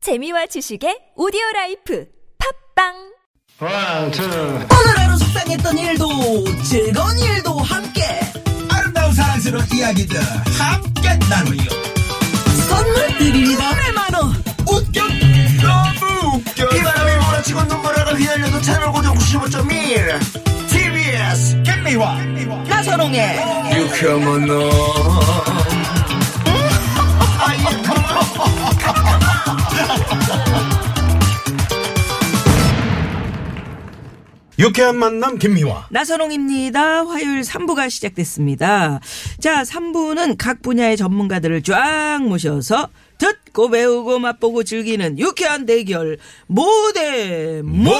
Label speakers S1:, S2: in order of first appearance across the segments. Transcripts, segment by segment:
S1: 재미와 지식의 오디오 라이프 팝빵
S2: One, two.
S3: 오늘 하루 속상했던 일도 즐거운 일도 함께
S4: 아름다운 사랑스러운 이야기들 함께 나누요.
S3: 선물 드립니다 네, 100만원
S4: 웃겨 너무 웃겨 비바람이 몰아치고 눈보라가 휘날려도 채널 고정 95.1 TBS 겟미와
S3: 나선홍의
S4: 유쾌한 너
S5: 유쾌한 만남 김미화.
S3: 나선홍입니다 화요일 3부가 시작됐습니다 자 3부는 각 분야의 전문가들을 쫙 모셔서 듣고 배우고 맛보고 즐기는 유쾌한 대결 모대 뭐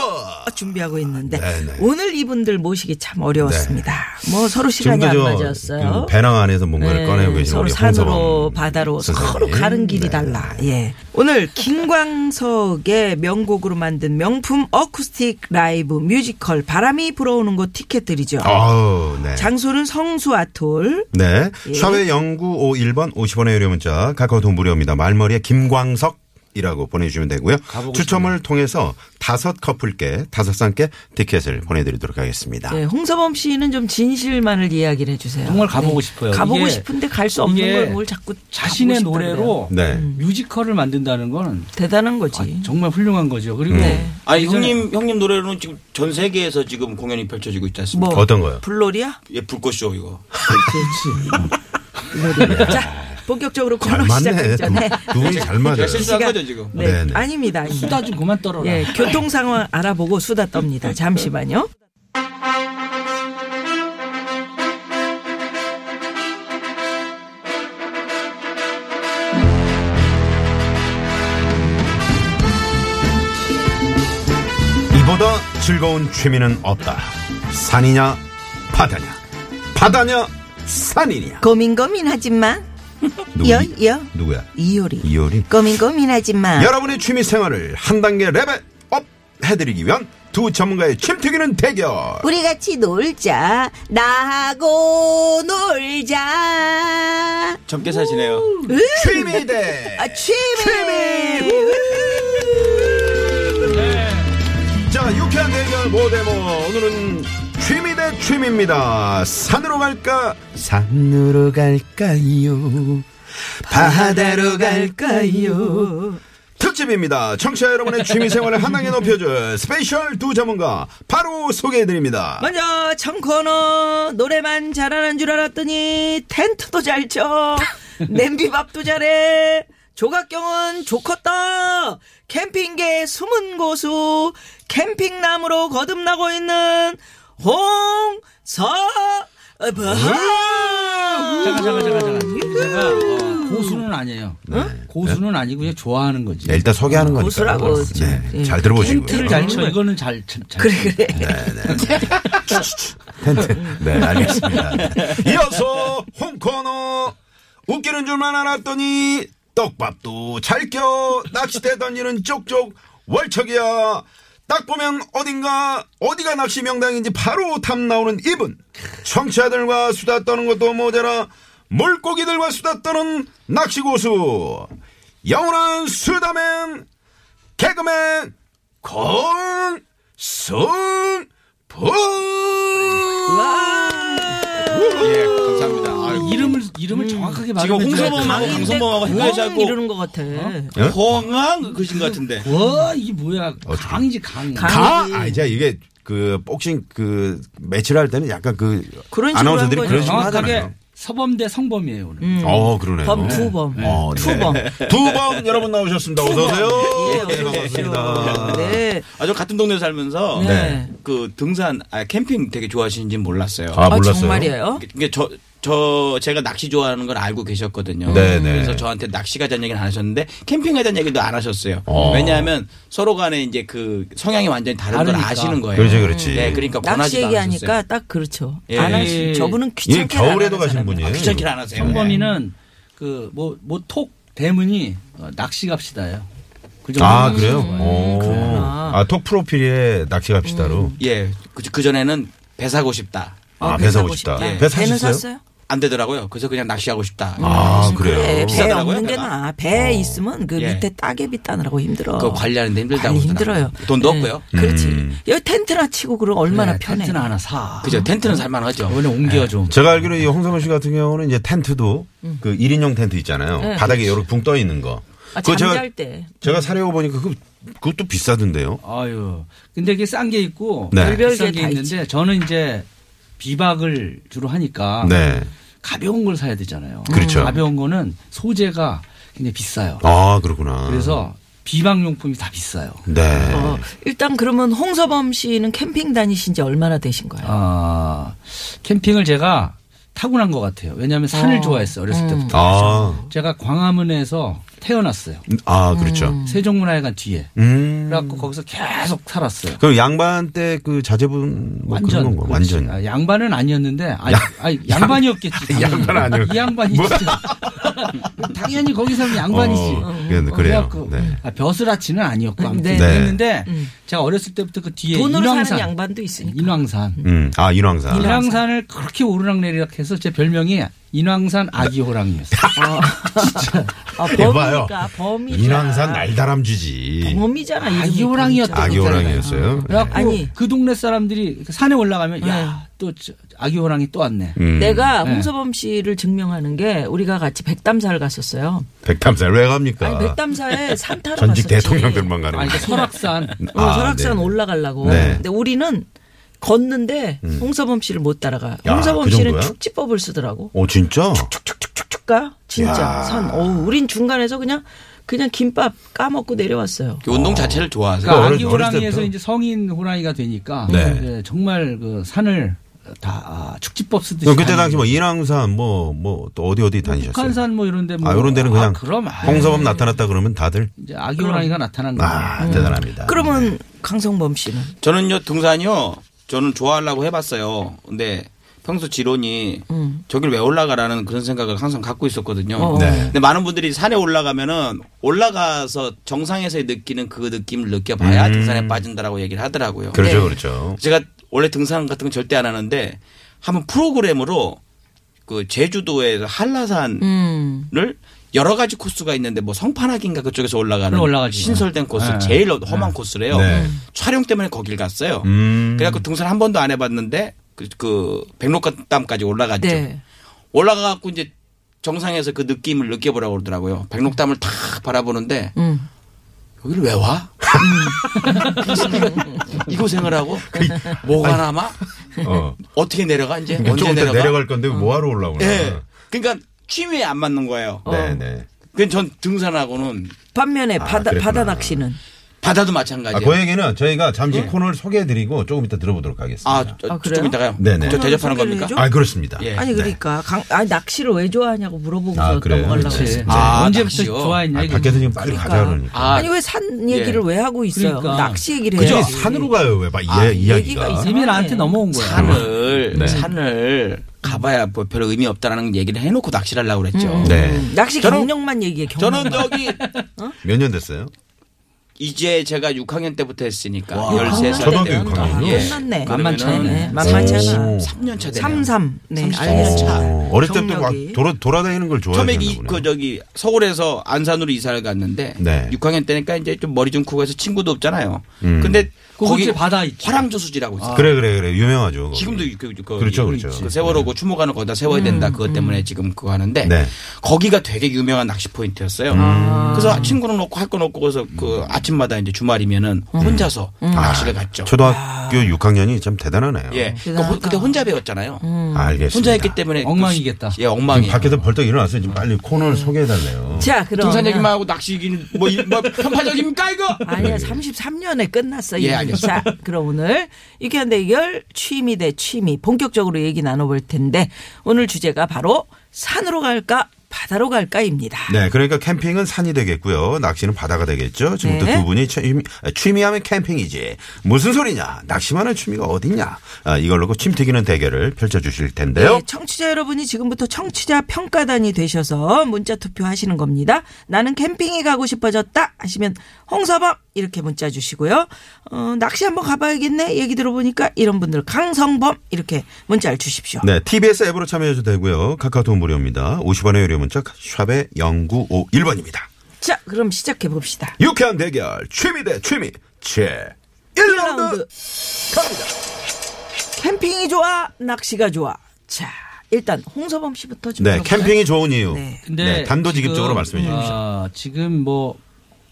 S3: 준비하고 있는데
S5: 아, 네네. 네.
S3: 오늘 이분들 모시기 참 어려웠습니다 뭐 서로 시간이
S5: 지금도
S3: 안
S5: 저
S3: 맞았어요
S5: 그 배낭 안에서 뭔가를
S3: 네,
S5: 꺼내고 계신
S3: 서로
S5: 우리
S3: 산으로
S5: 홍서범
S3: 바다로
S5: 선생님.
S3: 서로 가는 길이
S5: 네.
S3: 달라. 예. 오늘 김광석의 명곡으로 만든 명품 어쿠스틱 라이브 뮤지컬 바람이 불어오는 곳 티켓들이죠.
S5: 아우, 네.
S3: 장소는 성수 아톨.
S5: 네.
S3: 예.
S5: 샵의 0951번 50원의 유료 문자 카카오 돈 무료입니다. 말머리에 김광석 이라고 보내주시면 되고요. 추첨을 통해서 다섯 커플께 다섯 쌍께 티켓을 보내드리도록 하겠습니다.
S3: 네, 홍서범 씨는 좀 진실만을 이야기를 해주세요.
S6: 정말 가보고
S3: 네.
S6: 싶어요.
S3: 가보고
S6: 이게-
S3: 싶은데 갈 수 없는
S6: 이게
S3: 걸 뭘 자꾸
S6: 자신의
S3: 가보고 싶다 그래요.
S6: 노래로
S5: 네.
S3: 음.
S6: 뮤지컬을 만든다는 건
S3: 대단한 거지.
S6: 아, 정말 훌륭한 거죠. 그리고
S3: 네.
S7: 아
S6: 예전에
S7: 형님 형님 노래로는 지금 전 세계에서 지금 공연이 펼쳐지고 있지 않습니까?
S3: 뭐
S5: 어떤 거요?
S3: 불놀이야?
S7: 예, 불꽃쇼 이거.
S3: 자, 본격적으로
S5: 음. 네. 잘
S3: 코너
S5: 맞네.
S3: 시작하기 전에
S5: 두 분이 잘 맞아요.
S7: 제가 실수한 거죠 지금.
S3: 네,
S5: 네네.
S3: 아닙니다.
S6: 수다 좀 그만 떨어라.
S3: 예, 교통 상황 알아보고 수다 떱니다.
S7: 네.
S3: 잠시만요.
S5: 이보다 즐거운 취미는 없다. 산이냐 바다냐. 바다냐 산이냐.
S3: 고민 고민하지 마.
S5: 누구야?
S3: 여, 여.
S5: 누구야?
S3: 이효리.
S5: 이효리?
S3: 고민 고민하지 마.
S5: 여러분의 취미 생활을 한 단계 레벨 업 해드리기 위한 두 전문가의 침 튀기는 대결.
S3: 우리 같이 놀자. 나하고 놀자.
S7: 젊게 사시네요.
S5: 취미 대
S3: 아, 취미.
S5: 자, 유쾌한 대결 모대모. 뭐. 오늘은 취미 대 취미입니다. 산으로 갈까? 산으로 갈까요? 바다로
S3: 갈까요?
S5: 특집입니다. 청취자 여러분의 취미 생활을 한 단계 높여줄 스페셜 두 전문가 바로 소개해드립니다.
S3: 먼저 청코너 노래만 잘하는 줄 알았더니 텐트도 잘 쳐. 냄비밥도 잘해. 조각경은 좋겠다. 캠핑계의 숨은 고수. 캠핑남으로 거듭나고 있는 어, 홍서범.
S6: 잠깐 잠깐 잠깐 잠깐. 제가 어, 고수는 아니에요. 고수는 아니고요. 좋아하는 거지.
S5: 네, 일단 소개하는 거니까.
S3: 고수라고
S5: 네,
S3: 예.
S5: 잘 들어보시고요.
S6: 힌트를 잘 쳐. 이거는 잘, 잘, 잘
S3: 그래 그래.
S5: 네, 알겠습니다. 네. 이어서 홍코너 웃기는 줄만 알았더니 떡밥도 잘 껴 낚싯대 던지는 쪽쪽 월척이야. 딱 보면 어딘가 어디가 낚시 명당인지 바로 탐 나오는 이분. 청취자들과 수다 떠는 것도 모자라 물고기들과 수다 떠는 낚시 고수. 영원한 수다맨 개그맨 권성봉.
S7: 아! 예, 감사합니다. 아이고.
S6: 이름을, 이름을 정확하게
S7: 지금
S6: 말하면
S7: 홍서범하고 뭐, 강성범하고
S3: 공
S7: 헷갈리자고
S3: 아, 이러는 것 같아.
S7: 홍항 그신 것 같은데.
S6: 와, 이게 뭐야. 강이지, 강.
S5: 가?
S3: 강의.
S5: 아, 이제 이게 그 복싱 그 매치를 할 때는 약간 그
S3: 그런 식으로
S5: 아나운서들이
S3: 한 거죠.
S5: 그런 식으로
S6: 정확하게
S5: 하잖아요.
S6: 서범대 성범이에요, 오늘.
S5: 어, 그러네요.
S3: 범 두 범.
S5: 어, 네.
S3: 투 범.
S5: 두 범 여러분 나오셨습니다. 어서 오세요.
S3: 예,
S5: 네,
S3: 어서 오십시오.
S5: 반갑습니다.
S3: 네.
S7: 아저 같은 동네 살면서
S3: 네.
S7: 그 등산 아 캠핑 되게 좋아하시는지 몰랐어요.
S5: 아,
S3: 아,
S5: 몰랐어요.
S3: 정말이에요?
S7: 이게 저, 저, 제가 낚시 좋아하는 걸 알고 계셨거든요.
S5: 네, 네.
S7: 그래서 저한테 낚시 가자는 얘기는 안 하셨는데 캠핑 가자는 얘기도 안 하셨어요.
S5: 어.
S7: 왜냐하면 서로 간에 이제 그 성향이 완전히 다른 걸
S6: 다르니까.
S7: 아시는 거예요.
S5: 그렇지, 그렇지.
S7: 네, 그러니까
S3: 낚시
S7: 권하지도
S3: 얘기하니까
S7: 않으셨어요.
S3: 딱 그렇죠.
S7: 예.
S3: 안 하시. 저분은
S5: 이
S3: 귀찮게
S5: 겨울에도 가신 분이에요.
S7: 귀찮게 안
S5: 이거.
S7: 하세요.
S6: 성범이는 그, 뭐, 뭐, 톡, 대문이 어, 낚시 갑시다예요. 그 정도.
S5: 아, 그래요? 오. 아, 톡 프로필에 낚시
S3: 음.
S5: 갑시다로.
S7: 예, 그, 전에는 배 사고 싶다.
S5: 아, 배 사고 싶다.
S3: 어,
S7: 예.
S3: 네,
S5: 배
S3: 배는
S5: 사셨어요?
S3: 샀어요? 음,
S7: 아, 안 되더라고요. 그래서 그냥 낚시하고 싶다.
S5: 아,
S3: 배,
S5: 그래요?
S3: 배
S7: 비싸더라고요,
S3: 없는 게
S7: 배가.
S3: 나아.
S5: 어.
S3: 배 있으면 그
S7: 예.
S3: 밑에 따개비 따느라고 힘들어.
S7: 그거 관리하는데 힘들다고
S3: 관리
S7: 그러더라고요.
S3: 힘들어요.
S7: 돈도
S3: 예,
S7: 없고요. 네,
S3: 그렇지.
S5: 음.
S3: 여기 텐트나 치고 그럼 얼마나
S6: 그래,
S3: 편해.
S6: 네, 텐트나 하나 사.
S7: 그죠.
S6: 아.
S7: 텐트는 살만하죠.
S6: 이번에 옮겨 좀.
S5: 제가 알기로 이 홍성호 씨 같은 경우는 이제 텐트도 그 1인용 텐트 있잖아요. 바닥에 요렇게 붕 떠 있는 거.
S3: 음. 네. 아,
S5: 그거
S3: 잠잘
S5: 제가,
S3: 때.
S5: 제가 사려고 보니까 그, 그것도 비싸던데요.
S6: 아유. 근데 이게 싼 게 있고
S5: 네.
S3: 별별게
S6: 비싼 게
S3: 다
S6: 있는데 저는 이제 비박을 주로
S3: 아.
S6: 하니까
S5: 네.
S6: 가벼운 걸 사야 되잖아요.
S5: 그렇죠.
S6: 가벼운 거는 소재가 굉장히 비싸요.
S5: 아, 그렇구나.
S6: 그래서 비방용품이 다 비싸요.
S5: 네.
S3: 어, 일단 그러면 홍서범 씨는 캠핑 다니신 지 얼마나 되신 거예요?
S6: 아, 캠핑을 제가 타고난 것 같아요. 왜냐하면 산을 좋아했어요. 어렸을 때부터.
S5: 아,
S6: 제가 광화문에서 태어났어요.
S5: 아, 그렇죠.
S3: 음.
S6: 세종문화회관 뒤에.
S5: 음.
S6: 그래갖고 거기서 계속 살았어요.
S5: 그럼 양반 때 그 자제분 뭐 그런 건가?
S6: 그렇지.
S5: 완전.
S6: 아, 양반은 아니었는데 아니, 아니, 양반이었겠지.
S5: 양반
S6: 당연히.
S5: 아니었-
S6: 이 양반이지.
S5: 뭐야?
S6: 당연히 거기 사는 양반이지.
S5: 어,
S3: 음,
S5: 그- 그래요.
S6: 그래갖고
S5: 네.
S6: 아, 벼슬아치는 아니었고 아무튼
S3: 네.
S5: 네.
S6: 그랬는데 제가 어렸을 때부터 그
S7: 예,
S6: 뒤에
S3: 돈으로
S6: 인왕산,
S3: 사는 양반도 있으니까.
S6: 인왕산.
S5: 음. 아, 인왕산.
S6: 인왕산을 그렇게 오르락내리락 해서 제 별명이 인왕산 아기 호랑이였어요.
S7: 예,
S3: 아,
S5: 예, 대봐요.
S3: 범이니까 범이잖아.
S5: 인왕산 날다람쥐지.
S3: 범이잖아.
S6: 아기
S3: 이름이.
S6: 호랑이였다.
S5: 아기 호랑이였어요.
S6: 그래갖고
S3: 아니. 어.
S6: 그 동네 사람들이 산에 올라가면 야, 또 저- 아기 호랑이 또 왔네.
S5: 음.
S3: 내가
S6: 네.
S3: 홍서범 씨를 증명하는 게 우리가 같이 백담사를 갔었어요.
S5: 백담살 왜 갑니까?
S3: 아니 백담사에 산 타러
S5: 전직
S3: 갔었지.
S5: 대통령들만 가는
S6: 아니,
S5: 거예요.
S6: 그 설악산.
S3: 어,
S5: 아,
S3: 설악산
S5: 네네.
S3: 올라가려고.
S5: 네. 음.
S3: 근데 우리는 걷는데 홍서범 씨를 못 따라가.
S5: 야,
S3: 홍서범
S5: 그
S3: 씨는
S5: 정도야?
S3: 축지법을 쓰더라고.
S5: 오 진짜?
S3: 쭉쭉 가. 진짜
S5: 야.
S3: 산. 어우, 우린 중간에서 그냥 그냥 김밥 까먹고 내려왔어요.
S7: 그 운동 자체를 좋아하세요.
S6: 그러니까
S5: 어렸-
S6: 아기
S5: 어렸을
S6: 호랑이에서
S5: 때부터.
S6: 이제 성인 호랑이가 되니까
S5: 네.
S6: 이제 정말 그 산을 다 아, 축지법 쓰듯이.
S5: 그럼 그때
S6: 다니는
S5: 당시 뭐 인왕산 뭐 뭐 또 어디 어디 다니셨어요?
S6: 북한산 뭐 이런데 뭐
S5: 아 이런 데는 그냥
S6: 아, 그럼 아유, 음.
S5: 홍서범 나타났다 그러면 다들
S6: 이제 아기 호랑이가 나타난 거예요. 어.
S5: 아 대단합니다.
S3: 그러면 강성범 씨는
S7: 저는요 등산이요. 저는 좋아하려고 해봤어요. 근데 평소 지론이
S6: 음.
S7: 저길 왜 올라가라는 그런 생각을 항상 갖고 있었거든요.
S6: 어,
S5: 네.
S7: 근데 많은 분들이 산에 올라가면은 올라가서 정상에서 느끼는 그 느낌을
S6: 음.
S7: 느껴봐야 등산에 빠진다라고 얘기를 하더라고요. 네.
S5: 그렇죠 그렇죠.
S7: 제가 원래 등산 같은 건 절대 안 하는데 한번 프로그램으로 그 제주도에서 한라산을
S6: 음.
S7: 음. 여러 가지 코스가 있는데 뭐 성판악인가 그쪽에서 올라가는
S6: 그래, 올라가지.
S7: 신설된 코스
S6: 네.
S7: 제일 어, 험한 코스래요.
S5: 네.
S7: 촬영 때문에 거길 갔어요.
S5: 음.
S7: 그래갖고 등산 한 번도 안 해봤는데 그, 그 백록담까지 올라갔죠.
S3: 네.
S7: 올라가갖고 이제 정상에서 그 느낌을 느껴보라고 그러더라고요. 백록담을 탁 바라보는데
S6: 음.
S7: 여기를 왜 와? 이 고생을 하고 뭐가 남아?
S5: 어.
S7: 어떻게 내려가 이제 언제
S5: 네, 조금 더
S7: 내려가?
S5: 내려갈 건데 뭐하러 올라오나? 네,
S7: 예. 그러니까 취미에 안 맞는 거예요.
S5: 네네.
S7: 그러니까 전 등산하고는
S3: 반면에 바다
S5: 아, 그랬구나.
S3: 바다 낚시는
S5: 아,
S7: 바다도 마찬가지예요.
S5: 그 얘기는 저희가 잠시 코너를 소개해드리고 조금 이따 들어보도록 하겠습니다.
S7: 아,
S5: 아,
S7: 저,
S3: 아, 그래요?
S7: 조금 이따가요.
S5: 네네.
S7: 저 대접하는
S3: 소개를
S7: 겁니까?
S3: 해줘?
S5: 그렇습니다.
S7: 예.
S3: 아니
S5: 네.
S3: 그러니까 강, 아니 낚시를 왜 좋아하냐고 물어보고서
S5: 아, 그래요?
S3: 넘어가려고
S5: 그렇지.
S3: 했어요.
S7: 아,
S6: 언제부터
S7: 낚시요?
S6: 좋아했냐
S5: 아,
S6: 이거.
S5: 밖에서 지금 빨리 가자 그러니까.
S7: 아,
S3: 아니 왜 산 얘기를
S7: 예.
S3: 왜 하고 있어요?
S6: 그러니까.
S3: 낚시 얘기를
S5: 그죠?
S3: 해요.
S5: 산으로 가요 왜? 막 이, 이야기가.
S3: 예. 아, 얘기가 있어.
S6: 이미 나한테 넘어온 거야.
S7: 산을
S5: 네.
S7: 산을 가봐야 뭐 별 의미 없다라는 얘기를 해놓고 낚시를 하려고 그랬죠.
S5: 네.
S3: 음, 낚시
S7: 저는-
S3: 경력만 얘기해. 경력.
S7: 저는 저기
S5: 몇 년 됐어요?
S7: 이제 제가 6학년 때부터 했으니까
S5: 저도
S7: 13살 때.
S5: 학교 육학년.
S7: 예.
S3: 끝났네.
S6: 만만치 않네.
S3: 만만치 않아.
S5: 오.
S7: 3년 차 되네요.
S3: 33. 네,
S7: 33.
S3: 알겠습니다.
S5: 어, 어릴 때부터 막
S3: 경력이.
S5: 돌아, 돌아다니는 걸
S7: 처음에
S5: 좋아했나
S7: 이,
S5: 보네요.
S7: 그 저기 서울에서 안산으로 이사를 갔는데
S5: 네.
S7: 6학년 때니까 이제 좀 머리 좀 크고 해서 친구도 없잖아요.
S5: 음. 아,
S7: 근데
S6: 그
S7: 거기
S6: 근처에 바다 있죠.
S7: 화랑조수지라고 있어요.
S5: 그래 그래 그래 유명하죠. 거기.
S7: 지금도 그, 그, 그,
S5: 그렇죠,
S7: 그
S5: 그렇죠.
S7: 그 세월호고 추모관을 거기다 세워야
S6: 음.
S7: 된다. 그것 때문에 지금 그거 하는데
S5: 네. 음.
S7: 거기가 되게 유명한 낚시 포인트였어요. 그래서 친구는 놓고 할 거 놓고 그래서 그 아침마다 이제 주말이면은
S6: 음.
S7: 혼자서 낚시를 갔죠.
S5: 아, 초등학교 6학년이 참 대단하네요.
S6: 음.
S7: 예. 그 혼- 그때 혼자 배웠잖아요.
S3: 음.
S5: 알겠습니다.
S7: 혼자 했기 때문에 그
S6: 엉망이겠다.
S7: 시- 예,
S5: 지금
S7: 엉망이.
S5: 밖에서 벌떡 일어났어요. 지금 빨리
S3: 음.
S5: 코너를 소개해달래요.
S3: 자, 그럼
S7: 등산 얘기만 하고 낚시 얘기는 뭐, 이- 뭐 편파적입니까 이거?
S3: 아니야, 33년에 끝났어.
S7: 예,
S3: 이
S7: 알겠습니다.
S3: 자, 그럼 오늘 유쾌한 대결 취미 대 취미 본격적으로 얘기 나눠볼 텐데 오늘 주제가 바로 산으로 갈까 바다로 갈까입니다.
S5: 네, 그러니까 캠핑은 산이 되겠고요. 낚시는 바다가 되겠죠. 지금부터
S3: 네.
S5: 두 분이 취미, 아, 취미하면 캠핑이지. 무슨 소리냐? 낚시만한 취미가 어딨냐? 아, 이걸 놓고 침 튀기는 대결을 펼쳐주실 텐데요.
S3: 네, 청취자 여러분이 지금부터 청취자 평가단이 되셔서 문자 투표하시는 겁니다. 나는 캠핑에 가고 싶어졌다 하시면 홍서범 이렇게 문자 주시고요. 어, 낚시 한번 가봐야겠네. 얘기 들어보니까 이런 분들 강성범 이렇게 문자를 주십시오.
S5: 네, TBS 앱으로 참여해도 되고요. 카카오톡 무료입니다. 50원의 유료 문자 샵의 0951번입니다.
S3: 자, 그럼 시작해 봅시다.
S5: 유쾌한 대결 취미 대 취미 제 1라운드 갑니다.
S3: 캠핑이 좋아, 낚시가 좋아. 자, 일단 홍서범 씨부터 좀
S5: 네,
S3: 들어볼까요?
S5: 캠핑이 좋은 이유.
S3: 네.
S6: 근데
S5: 네, 단도직입적으로
S6: 지금,
S5: 말씀해 주십시오.
S6: 아, 지금 뭐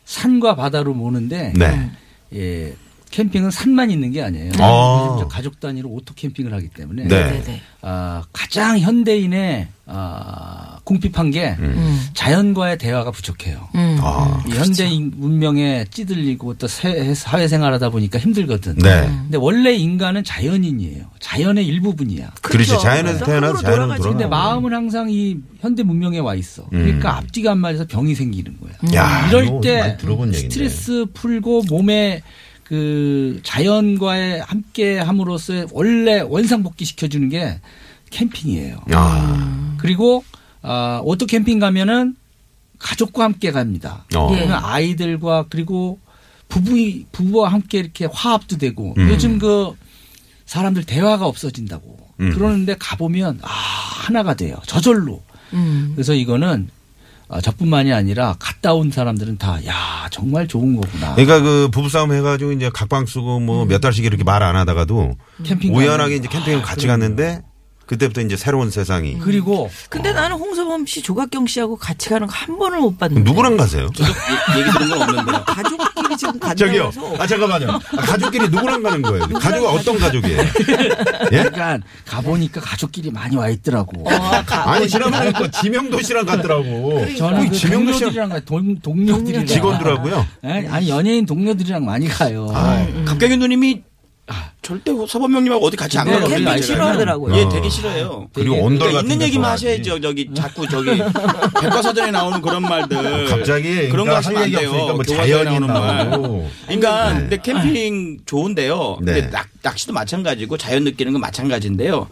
S6: 산과 바다로 모는데
S5: 네.
S6: 예, 캠핑은 산만 있는 게 아니에요.
S5: 아.
S6: 요즘 가족 단위로 오토 캠핑을 하기 때문에
S5: 네.
S3: 네.
S6: 아, 가장 현대인의 아, 궁핍한 게
S5: 음.
S6: 자연과의 대화가 부족해요.
S5: 아,
S6: 이 현대인 문명에 찌들리고 또 세- 사회생활하다 보니까 힘들거든.
S5: 네.
S6: 근데 원래 인간은 자연인이에요. 자연의 일부분이야.
S5: 그렇지. 자연에서
S3: 그렇죠.
S5: 태어나서
S3: 땅으로
S5: 자연으로
S3: 돌아가지.
S5: 돌아가.
S6: 근데 마음은 항상 이 현대 문명에 와 있어. 그러니까 앞뒤가 안 맞아서 병이 생기는 거야.
S5: 야, 이거
S6: 이럴 때
S5: 많이 들어본 얘기인데.
S6: 스트레스 풀고 몸에 그 자연과의 함께 함으로써 원래 원상복귀 시켜주는 게 캠핑이에요.
S5: 아,
S6: 그리고 아, 오토 캠핑 가면은 가족과 함께 갑니다.
S5: 어.
S3: 예.
S6: 그러면 아이들과 그리고 부부 부부와 함께 이렇게 화합도 되고
S5: 음.
S6: 요즘 그 사람들 대화가 없어진다고
S5: 음.
S6: 그러는데 가 보면 아 하나가 돼요 저절로.
S3: 음.
S6: 그래서 이거는 아, 저뿐만이 아니라 갔다 온 사람들은 다 야 정말 좋은 거구나.
S5: 그러니까 그 부부싸움 해가지고 이제 각방 쓰고 뭐 몇 달씩 이렇게 말 안 하다가도
S6: 캠핑
S5: 우연하게
S6: 가면-
S5: 이제 캠핑을
S6: 아,
S5: 같이
S6: 그럼요.
S5: 갔는데 그때부터 이제 새로운 세상이.
S6: 그리고
S3: 근데 나는 홍서범 씨, 조각경 씨하고 같이 가는 거 한 번을 못 봤는데.
S5: 누구랑 가세요?
S7: 예, 얘- 얘기 들은 건 없는데요.
S3: 가족끼리 지금 간다고
S5: 저기요.
S3: 해서.
S5: 아 잠깐만요. 아, 가족끼리 누구랑 가는 거예요? 가족 어떤 가족이에요? 예?
S6: 그러니까 가보니까 가족끼리 많이 와 있더라고.
S3: 아, 그러니까. 가-
S5: 아니 지난번에 그 지명도 씨랑 갔더라고.
S6: 저는 그
S5: 지명도 씨
S6: 동료들이랑 가요. 동, 동료들이랑.
S5: 직원들하고요.
S6: 예? 아니 연예인 동료들이랑 많이 가요.
S7: 아, 갑경윤 누님이 아, 절대 서범명님하고 어디 같이 안
S6: 네,
S7: 가요.
S6: 캠핑
S7: 제가.
S3: 싫어하더라고요.
S7: 예, 되게 싫어해요.
S5: 그리고
S7: 그러니까
S5: 언덜 같은
S7: 있는
S5: 거
S7: 얘기만
S5: 좋아하지.
S7: 하셔야죠. 저기 자꾸 저기 백과사전에 나오는 그런 말들.
S5: 갑자기
S7: 네. 그런
S5: 그러니까
S7: 거 하시면
S5: 할
S7: 안
S5: 얘기
S7: 돼요.
S5: 없으니까 뭐
S7: 교과서에
S5: 자연인
S7: 나오는
S5: 나오고.
S7: 그러니까 근데 캠핑 좋은데요.
S5: 네.
S7: 근데 낙, 낚시도 마찬가지고 자연 느끼는 건 마찬가지인데요.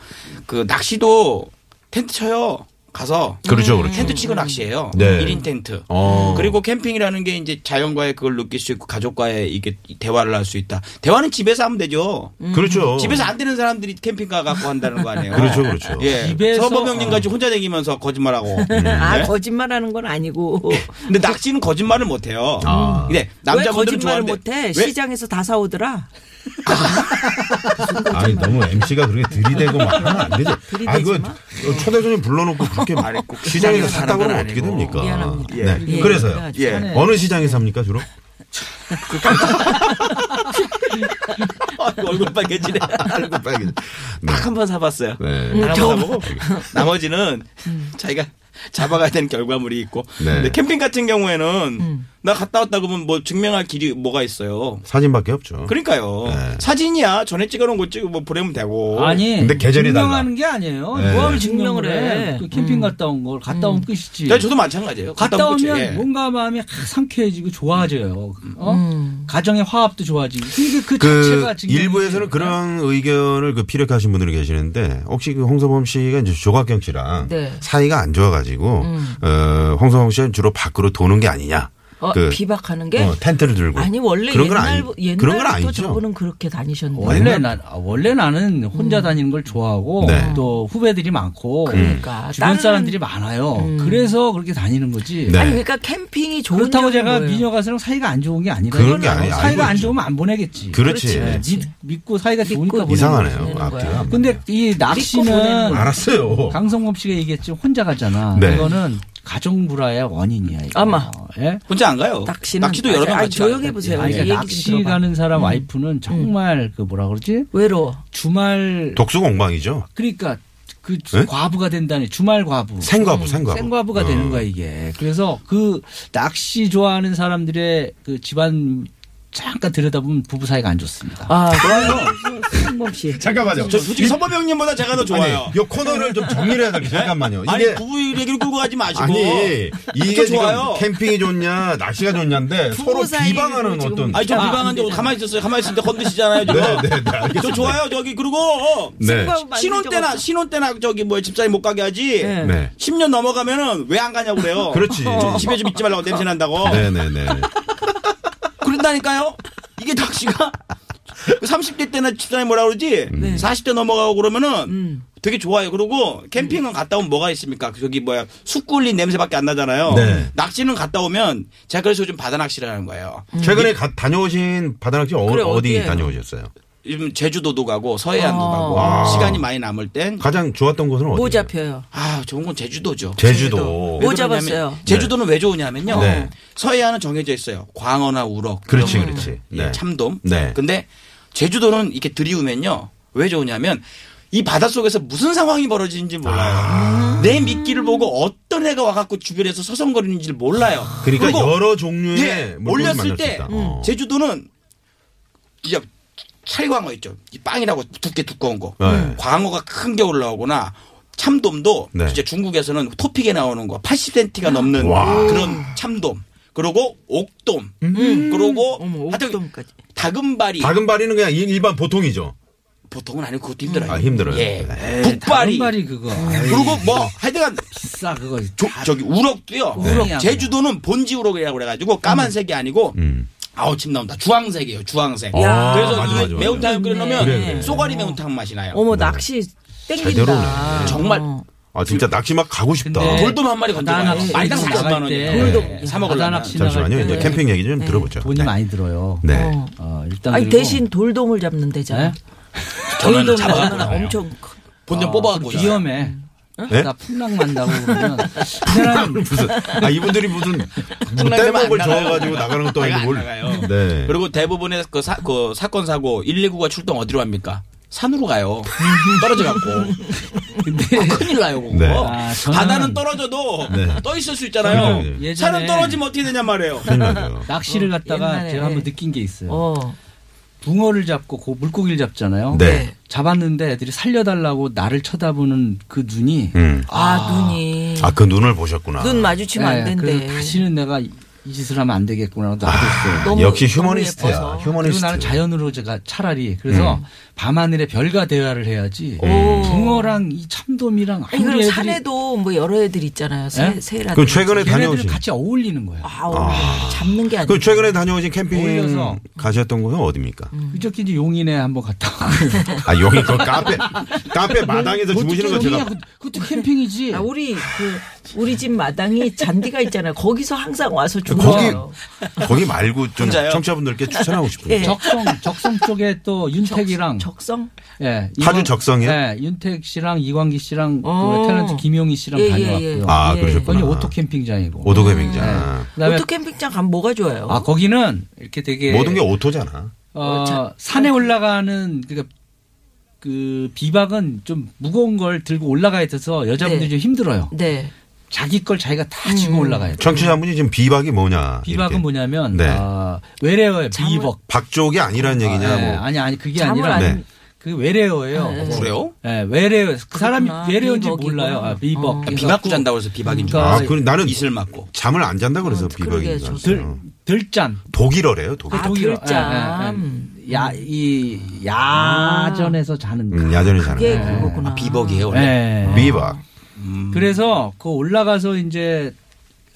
S7: 그 낚시도 텐트 쳐요. 가서 음.
S5: 그렇죠, 그렇죠.
S7: 텐트 치고 낚시해요.
S5: 네.
S7: 일 1인 텐트.
S5: 어.
S7: 그리고 캠핑이라는 게 이제 자연과의 그걸 느낄 수 있고 가족과의 이게 대화를 할 수 있다. 대화는 집에서 하면 되죠.
S3: 음,
S5: 그렇죠.
S7: 집에서 안 되는 사람들이 캠핑 가 갖고 한다는 거 아니에요.
S5: 그렇죠, 그렇죠. 음.
S7: 예.
S6: 집에서-
S7: 서범 형님까지 혼자 다니면서 거짓말하고.
S3: 어. 아,
S7: 네.
S3: 거짓말하는 건 아니고.
S7: 근데 낚시는 거짓말을 못 해요.
S5: 아.
S7: 근데
S3: 왜
S7: 남자분들은
S3: 거짓말을
S7: 좋아하는데
S3: 못해?
S7: 왜-
S3: 시장에서 다 사오더라.
S5: 아니 너무 MC가 그렇게 들이대고 막 하면 안 되죠.
S3: 들이대지
S5: 아, 그
S3: 마.
S5: 초대 손님 불러놓고 그렇게
S7: 아니, 꼭
S5: 시장에서
S7: 시장에서
S5: 샀다고 하면
S7: 사는
S5: 어떻게
S7: 건 아니고.
S5: 됩니까?
S3: 미안합니다.
S5: 네.
S3: 예,
S5: 그래서요.
S3: 그래가지고.
S7: 예.
S5: 어느 시장에 삽니까 주로?
S7: 어, 얼굴 빨개지네.
S5: 알고 빨개. 네.
S7: 딱 한 번 사봤어요.
S5: 네.
S3: 음,
S7: 하나 사보고 나머지는 자기가 잡아가야 되는 결과물이 있고.
S5: 네.
S7: 근데 캠핑 같은 경우에는 나 갔다 왔다 그러면 뭐 증명할 길이 뭐가 있어요.
S5: 사진밖에 없죠.
S7: 그러니까요.
S5: 네.
S7: 사진이야 전에 찍어놓은 거 찍어 뭐 보내면 되고.
S6: 아니
S5: 근데 계절이
S6: 증명하는 게 아니에요.
S5: 네.
S6: 뭐하면
S3: 증명을
S6: 증명을
S3: 해.
S6: 해. 그 캠핑 갔다 온 걸 갔다 오면 끝이지.
S7: 네, 저도 마찬가지예요.
S6: 갔다
S7: 오면
S6: 오면
S7: 끝이에요. 예.
S6: 뭔가 마음이 확 상쾌해지고 좋아져요. 어? 가정의 화합도 좋아지고. 그러니까 그,
S5: 그
S6: 자체가 증명이
S5: 일부에서는
S6: 되니까.
S5: 그런 의견을 그 피력하신 분들이 계시는데 혹시 그 홍서범 씨가 이제 조각경 씨랑
S3: 네. 음.
S5: 사이가 안 좋아가지고 어, 홍서범 씨는 주로 밖으로 도는 게 아니냐.
S3: 어,
S5: 그
S3: 비박하는 게
S5: 어, 텐트를 들고.
S3: 아니 원래
S5: 그런 건
S3: 옛날
S5: 아니- 그런 건
S3: 옛날부터
S5: 아니죠.
S3: 저분은 그렇게 다니셨는데
S6: 원래 나 아, 원래 나는 혼자 다니는 걸 좋아하고
S5: 네.
S6: 또 후배들이 많고
S3: 그러니까.
S6: 주변
S3: 다른-
S6: 사람들이 많아요. 그래서 그렇게 다니는 거지.
S5: 네.
S3: 아니 그러니까 캠핑이 좋은
S6: 그렇다고
S3: 점이
S6: 제가
S3: 뭐예요?
S6: 미녀 가수랑 사이가 안 좋은 게 아니라
S5: 그런 게 아니에요. 알고
S6: 사이가 안
S5: 있죠.
S6: 좋으면 안 보내겠지.
S5: 그렇지.
S6: 네, 믿, 믿고 사이가 좋으니까 보내는
S5: 이상하네요.
S6: 거지.
S3: 보내는 거야.
S5: 앞뒤가. 안
S6: 근데
S5: 맞네요.
S6: 이
S3: 보내는
S6: 낚시는
S5: 알았어요.
S6: 강성범 씨가 얘기했지 혼자 가잖아.
S5: 네.
S6: 그거는 가정 불화의 원인이야. 이거.
S3: 아마.
S6: 예?
S7: 혼자 안 가요.
S3: 낚시는-
S7: 도 여러
S3: 아,
S7: 명
S3: 아,
S7: 같이
S3: 조용히
S7: 가요. 네.
S3: 해보세요.
S6: 아니,
S3: 얘기
S6: 그러니까
S3: 좀
S6: 낚시
S3: 들어봐. 음.
S6: 가는 사람 와이프는 정말 그 뭐라 그러지?
S3: 외로워.
S6: 주말
S5: 독수공방이죠.
S6: 그러니까 그
S5: 예?
S6: 과부가 된다니 주말 과부.
S3: 음,
S5: 생과부, 생과부. 어.
S6: 생과부가 되는 거야 이게. 그래서 그 낚시 좋아하는 사람들의 그 집안 잠깐 들여다보면 부부 사이가 안 좋습니다.
S3: 아, 성범 씨.
S5: 잠깐만요.
S7: 저 솔직히 서범 형님보다 제가 더 좋아요. 네?
S5: 아니, 이 코너를 좀 정리를 해야 될 게 잠깐만요.
S7: 아니,
S5: 이게
S7: 부부 얘기를 끌고 가지 마시고.
S5: 아니 이게
S7: 또
S5: 지금
S7: 좋아요.
S5: 캠핑이 좋냐 날씨가 좋냐인데 서로
S3: 사이를
S5: 비방하는
S3: 지금
S5: 어떤
S7: 아니 저
S3: 아,
S7: 비방한데 가만히 있었어요. 가만히 있을 때 건드시잖아요. 지금.
S5: 네, 네, 네, 알겠습니다.
S7: 저 좋아요. 저기 그리고 어,
S5: 네.
S7: 신혼 때나 신혼 때나 저기 뭐 집사님 못 가게 하지.
S3: 네.
S5: 네.
S7: 10년 넘어가면은 왜 안 가냐고 그래요.
S5: 그렇지.
S7: 어.
S5: 네.
S7: 좀 집에 좀 있지 말라고 냄새 난다고.
S5: 네네네.
S7: 그런데 뜬다니까요? 이게 낚시가? 30대 때는 집사람이 뭐라 그러지?
S5: 음.
S3: 네.
S7: 40대 넘어가고 그러면은
S3: 음.
S7: 되게 좋아요. 그리고 캠핑은 갔다 오면 뭐가 있습니까? 그 저기 뭐야, 숯굴린 냄새밖에 안 나잖아요.
S5: 네.
S7: 낚시는 갔다 오면 제가 그래서 요즘 바다 낚시를 하는 거예요.
S5: 최근에 가- 다녀오신 바다낚시 어,
S3: 그래,
S5: 어디
S3: 어디예요?
S5: 다녀오셨어요?
S7: 요즘 제주도도 가고 서해안도
S3: 어.
S7: 가고
S5: 아.
S7: 시간이 많이 남을 땐
S5: 가장 좋았던 곳은 어디?
S3: 뭐 잡혀요?
S7: 아, 좋은 건 제주도죠.
S5: 제주도.
S3: 뭐
S7: 왜 그러냐면
S3: 잡았어요?
S7: 제주도는 왜 좋으냐면요.
S5: 네.
S7: 서해안은 정해져 있어요. 광어나 우럭.
S5: 그렇지,
S7: 이런 거.
S5: 그렇지.
S7: 예,
S5: 네.
S7: 참돔.
S5: 네.
S7: 근데 제주도는 이렇게 들이우면요. 왜 좋으냐면 이 바닷속에서 무슨 상황이 벌어지는지 몰라요.
S5: 아.
S7: 내 미끼를 보고 어떤 애가 와갖고 주변에서 서성거리는지를 몰라요.
S5: 그러니까
S7: 그리고
S5: 여러 종류의
S7: 예,
S5: 물고기
S7: 올렸을
S5: 만날 수
S7: 때
S5: 있다.
S7: 음,
S5: 어.
S7: 제주도는 이제 찰광어 있죠. 이 빵이라고 두께 두꺼운 거. 음,
S5: 네.
S7: 광어가 큰 게 올라오거나 참돔도
S5: 네.
S7: 진짜 중국에서는 토픽에 나오는 거 80cm가 넘는
S5: 와. 음.
S7: 그런 참돔. 그러고 옥돔. 음, 그러고
S3: 어머,
S7: 하여튼
S3: 옥돔까지.
S7: 다금바리
S5: 다금바리는 그냥 일- 일반 보통이죠.
S7: 보통은 아니고 그것도 힘들어요.
S5: 아, 힘들어요.
S7: 예.
S5: 네.
S7: 북바리.
S6: 발이 그거.
S7: 그리고 뭐 하여간
S6: 비싸 그거.
S7: 조- 저기 우럭도요.
S6: 우럭.
S7: 제주도는 본지 우럭이라고 그래가지고 까만색이 아니고
S5: 음.
S7: 아우 침 나온다. 주황색이에요. 주황색.
S5: 야.
S7: 그래서
S5: 맞아,
S7: 이거
S5: 맞아, 맞아.
S7: 매운탕을 끓여놓으면
S5: 그래, 그래.
S7: 쏘가리 매운탕 맛이 나요.
S3: 어머 낚시
S5: 제대로네.
S3: 땡긴다.
S7: 정말
S5: 아 진짜
S7: 그-
S5: 낚시 막 가고 싶다.
S6: 근데-
S7: 돌돔 한 마리 건져가요.
S6: 낚시
S7: 마리당
S6: 어. 네. 나갈
S7: 40만
S6: 그 때
S7: 원이에요. 네.
S6: 돌돔.
S7: 사
S6: 바다
S7: 먹으려면.
S6: 낚시
S5: 잠시만요.
S6: 나갈
S5: 이제
S6: 때
S5: 캠핑 얘기 좀 들어보죠.
S6: 돈이
S5: 네.
S6: 많이 들어요.
S5: 네.
S6: 어, 일단
S3: 아니
S6: 그리고-
S3: 대신 돌돔을 잡는
S6: 네?
S3: 데잖아.
S7: 저는
S3: 돌돔
S7: 잡아갖고
S3: 잡으면
S7: 나요.
S3: 엄청 커.
S7: 본전
S6: 어,
S7: 뽑아갖고
S3: 뭐
S6: 그럼
S7: 나요.
S6: 위험해.
S5: 네?
S6: 나 풍랑 난다고 그러면 이 사람
S5: 무슨 아 이분들이 무슨
S7: 풍랑대만
S5: 뭐 뗏목을
S7: 안 나가요.
S5: 저어가지고 나가는 것도
S7: 내가
S5: 아니고
S7: 안
S5: 뭘.
S7: 나가요.
S5: 네.
S7: 그리고 대부분의 그, 사, 그 사건 사고 119가 출동 어디로 갑니까? 산으로 가요. 떨어져갖고. 큰일 나요, 그거.
S5: 네.
S6: 아, 저는-
S7: 바다는 떨어져도
S5: 네. 그러니까
S7: 떠 있을 수 있잖아요.
S5: 그죠,
S6: 그죠.
S7: 산은
S6: 예전에-
S7: 떨어지면 어떻게 되냐 말이에요.
S5: 큰일 나죠.
S6: 낚시를 갔다가
S3: 어, 옛날에.
S6: 제가 한번 느낀 게 있어요.
S3: 어.
S6: 붕어를 잡고 그 물고기를 잡잖아요.
S5: 네.
S6: 잡았는데 애들이 살려달라고 나를 쳐다보는 그 눈이
S5: 음.
S3: 아, 눈이
S5: 아 그 눈을 보셨구나.
S3: 눈 마주치면
S6: 예,
S3: 안 된대.
S6: 그래서 다시는 내가 이- 이 짓을 하면 안 되겠구나 나도 알겠어요.
S3: 아, 너무-
S5: 아, 역시
S3: 너무
S5: 아, 휴머니스트야.
S3: 예뻐서.
S6: 그리고
S5: 휴머니스트.
S6: 나는 자연으로 제가 차라리 그래서
S3: 네.
S6: 밤하늘에 별과 대화를 해야지 붕어랑 이 참돔이랑
S3: 아니
S6: 아무리
S3: 그럼
S6: 애들이
S3: 산에도 뭐 여러 애들 있잖아요. 새,
S6: 예?
S3: 새라든지.
S5: 그 최근에
S6: 걔네들
S5: 다녀오신.
S6: 같이 어울리는 거야.
S3: 아우, 잡는 게 아니고.
S5: 그 최근에 다녀오신 캠핑
S6: 어울려서. 음.
S5: 가셨던 곳은 어디입니까?
S6: 그저께 이제 용인에 한번 갔다 오고
S5: 아 여기 그 카페 카페 마당에서 주무시는 거
S6: 어떻게
S5: 제가
S6: 용인이야? 그- 그것도 캠핑이지.
S3: 아, 우리 그 우리 집 마당이 잔디가 있잖아요. 거기서 항상 와서
S5: 거기
S3: 주무세요.
S5: 거기 말고 좀
S7: 혼자요?
S5: 청취자분들께 추천하고 싶은
S3: 예.
S5: 거.
S6: 적성 적성 쪽에 또
S5: 음.
S6: 윤택이랑
S3: 적성?
S6: 예,
S5: 파주
S6: 이광-
S5: 적성이요?
S6: 예, 윤택 씨랑 이광기 씨랑
S3: 어.
S6: 그 탤런트 김용희 씨랑
S3: 예, 예,
S6: 다녀왔고요.
S3: 예.
S5: 아
S3: 예.
S5: 그러셨구나.
S6: 거기 오토 캠핑장이고. 예.
S5: 오토 캠핑장. 아.
S6: 그다음에
S3: 오토 캠핑장 가면 뭐가 좋아요?
S6: 아 거기는 이렇게 되게
S5: 모든 게 오토잖아.
S6: 어, 산에 올라가는 그러니까 그 비박은 좀 무거운 걸 들고 올라가야 돼서 여자분들이
S3: 네. 음.
S6: 좀 힘들어요.
S3: 네.
S6: 자기 걸 자기가 다 지고 올라가야 돼.
S5: 청취자분이 지금 비박이 뭐냐.
S6: 비박은
S5: 이렇게.
S6: 뭐냐면
S5: 네.
S6: 아, 외래어예요. 비박.
S5: 박쪽이 아니라는 얘기냐.
S6: 아, 예.
S5: 뭐.
S6: 아니 아니 그게
S3: 잠을 안
S6: 아니라
S3: 아, 네.
S5: 네.
S6: 그 외래어예요.
S7: 그래요?
S6: 예, 외래어. 그 사람이
S3: 그렇구나.
S6: 외래어인지
S3: 비벅이구나.
S6: 몰라요. 아, 비벅.
S3: 어.
S7: 비 맞고 잔다고 해서 비박인 줄
S6: 그러니까
S5: 아,
S7: 알았어요.
S5: 그 나는
S7: 이슬 맞고.
S5: 잠을 안 잔다 그래서
S3: 어,
S5: 비박인
S3: 그러게,
S5: 줄
S3: 저도.
S6: 들,
S5: 알았어요.
S6: 들짠.
S5: 독일어래요, 독일.
S3: 아,
S6: 독일어.
S3: 들짬.
S6: 예, 예, 예. 야, 이, 야전에서 자는 거.
S5: 음, 네. 야전에
S3: 그게 그
S5: 자는 거.
S6: 아.
S5: 음.
S3: 그거구나.
S7: 아, 비박이에요 원래.
S6: 예.
S5: 비박.
S3: 음.
S6: 그래서 그 올라가서 이제,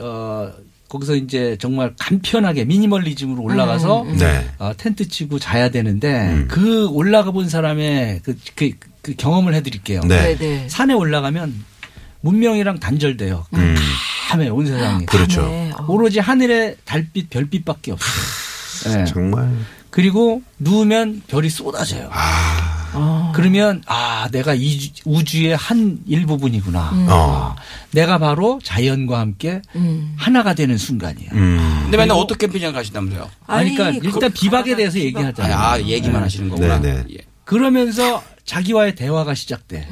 S6: 어, 거기서 이제 정말 간편하게 미니멀리즘으로 올라가서
S5: 네.
S6: 어, 텐트 치고 자야 되는데
S5: 음.
S6: 그 올라가 본 사람의 그, 그, 그 경험을 해드릴게요.
S5: 네.
S3: 네, 네.
S6: 산에 올라가면 문명이랑 단절돼요.
S5: 음,
S6: 밤에 온 세상이.
S5: 그렇죠.
S3: 네. 어.
S6: 오로지 하늘에 달빛, 별빛밖에 없어요. 예.
S5: 정말.
S6: 그리고 누우면 별이 쏟아져요. 그러면 아 내가 이 주- 우주의 한 일부분이구나.
S3: 음.
S5: 어.
S6: 내가 바로 자연과 함께
S3: 음.
S6: 하나가 되는 순간이야.
S5: 음.
S7: 근데 맨날 오토 캠핑장 가신다면서요.
S6: 아니, 그러니까
S3: 아니,
S6: 일단
S3: 그-
S6: 비박에 대해서
S3: 비박.
S7: 아,
S6: 얘기하잖아요.
S7: 아, 얘기만 하시는 거구나.
S5: 네, 네.
S7: 예.
S6: 그러면서 자기와의 대화가 시작돼.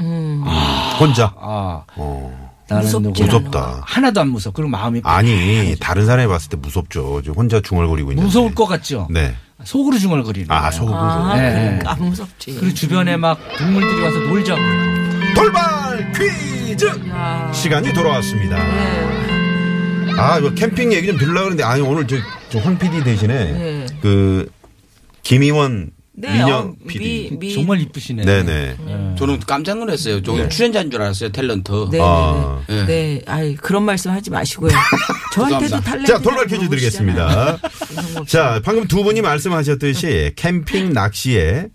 S5: 혼자.
S6: 아
S5: 어.
S6: 나는
S3: 음. 무섭지
S6: 누구나
S5: 무섭다.
S6: 하나도 안 무서. 그럼 마음이
S5: 아니, 다른 사람이 봤을 때 무섭죠. 지금 혼자 중얼거리고 있는데.
S6: 무서울 것 같죠.
S5: 네.
S6: 속으로 중얼거리는.
S5: 아,
S6: 거예요.
S5: 속으로.
S3: 아,
S6: 네.
S3: 그러니까 안 무섭지.
S5: 그렇죠.
S6: 그리고 주변에 막 동물들이 와서 놀자고.
S3: 음.
S5: 네. 돌발 퀴즈! 시간이 돌아왔습니다.
S3: 네.
S5: 아, 이거 캠핑 얘기 좀 들으려고 그러는데, 아니, 오늘 저, 저황 PD 대신에,
S3: 네.
S5: 그, 김희원,
S3: 네,
S5: 민영
S3: 어,
S5: PD.
S3: 미- 미-
S6: 정말 이쁘시네.
S5: 네네.
S7: 저는 깜짝 놀랐어요.
S5: 네.
S7: 저기 출연자인 줄 알았어요. 탤런트.
S3: 네,
S5: 아.
S3: 네, 네. 네. 아이, 그런 말씀 하지 마시고요. 저한테도
S5: 감사합니다.
S3: 탈렌트
S5: 자, 돌발 퀴즈 드리겠습니다. 자, 방금 두 분이 말씀하셨듯이 캠핑 낚시에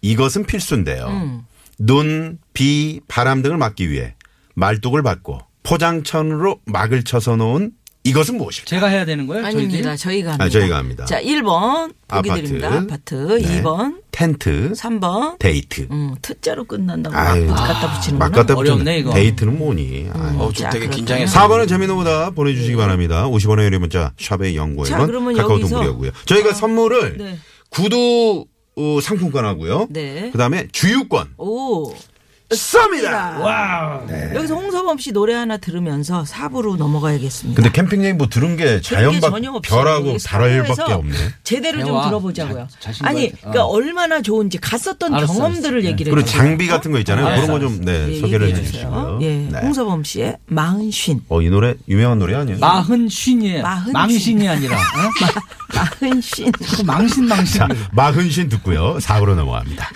S5: 이것은 필수인데요.
S3: 음.
S5: 눈, 비, 바람 등을 막기 위해 말뚝을 받고 포장천으로 막을 쳐서 놓은 이것은 무엇일까요?
S6: 제가 해야 되는 거예요?
S3: 아닙니다.
S6: 저희들이?
S3: 저희가 합니다.
S5: 아, 저희가 합니다.
S3: 자, 1번 보기
S5: 아파트.
S3: 드립니다. 아파트.
S5: 네.
S3: 2번,
S5: 텐트,
S3: 3번.
S5: 데이트.
S3: 음, 투자로 끝난다고
S5: 아유.
S3: 막 갖다 붙이는
S5: 막 갖다 붙였네.
S6: 어렵네, 이거.
S5: 데이트는 뭐니?
S3: 음.
S5: 아유.
S7: 어, 좀
S3: 자,
S7: 되게
S3: 그렇구나.
S7: 긴장했어.
S5: 4번은 재미노보다 보내주시기 바랍니다. 50원의 유료 문자 샵의
S3: 네. 자, 그러면
S5: 0고에는 카카오톡
S3: 여기서-
S5: 무료고요. 저희가 선물을
S3: 네.
S5: 구두 어, 상품권하고요.
S3: 네.
S5: 그다음에 주유권
S3: 오.
S5: 쏩니다. 네.
S3: 여기서 홍서범 씨 노래 하나 들으면서 4부로 넘어가야겠습니다.
S5: 근데 캠핑 여행뭐 들은 게
S3: 그런 게
S5: 자연밖
S3: 전혀 없어요.
S5: 별하고
S3: 우리
S5: 달알밖에
S3: 사회에서 예.
S5: 없네.
S3: 제대로 좀
S6: 대화.
S3: 들어보자고요.
S6: 자- 자신과-
S3: 아니, 그러니까
S6: 어. 네.
S3: 얼마나 좋은지 갔었던
S6: 알았어,
S3: 경험들을
S6: 알았어.
S3: 얘기를
S5: 그리고
S3: 해주세요.
S5: 장비 같은 거 있잖아요.
S6: 아,
S5: 그런
S6: 알았어,
S5: 거 좀 네,
S3: 예,
S5: 소개를
S3: 얘기해
S5: 해 주시고요.
S3: 예,
S5: 네.
S3: 홍서범 씨의 마흔쉰,
S5: 어, 이 노래 유명한 노래 아니에요?
S6: 마흔 쉰이에요.
S3: 마흔
S6: 망신이 아니라. 어?
S3: 마흔쉰.
S6: 그 망신 망신.
S5: 자, 마흔신 듣고요. 4부로 넘어갑니다.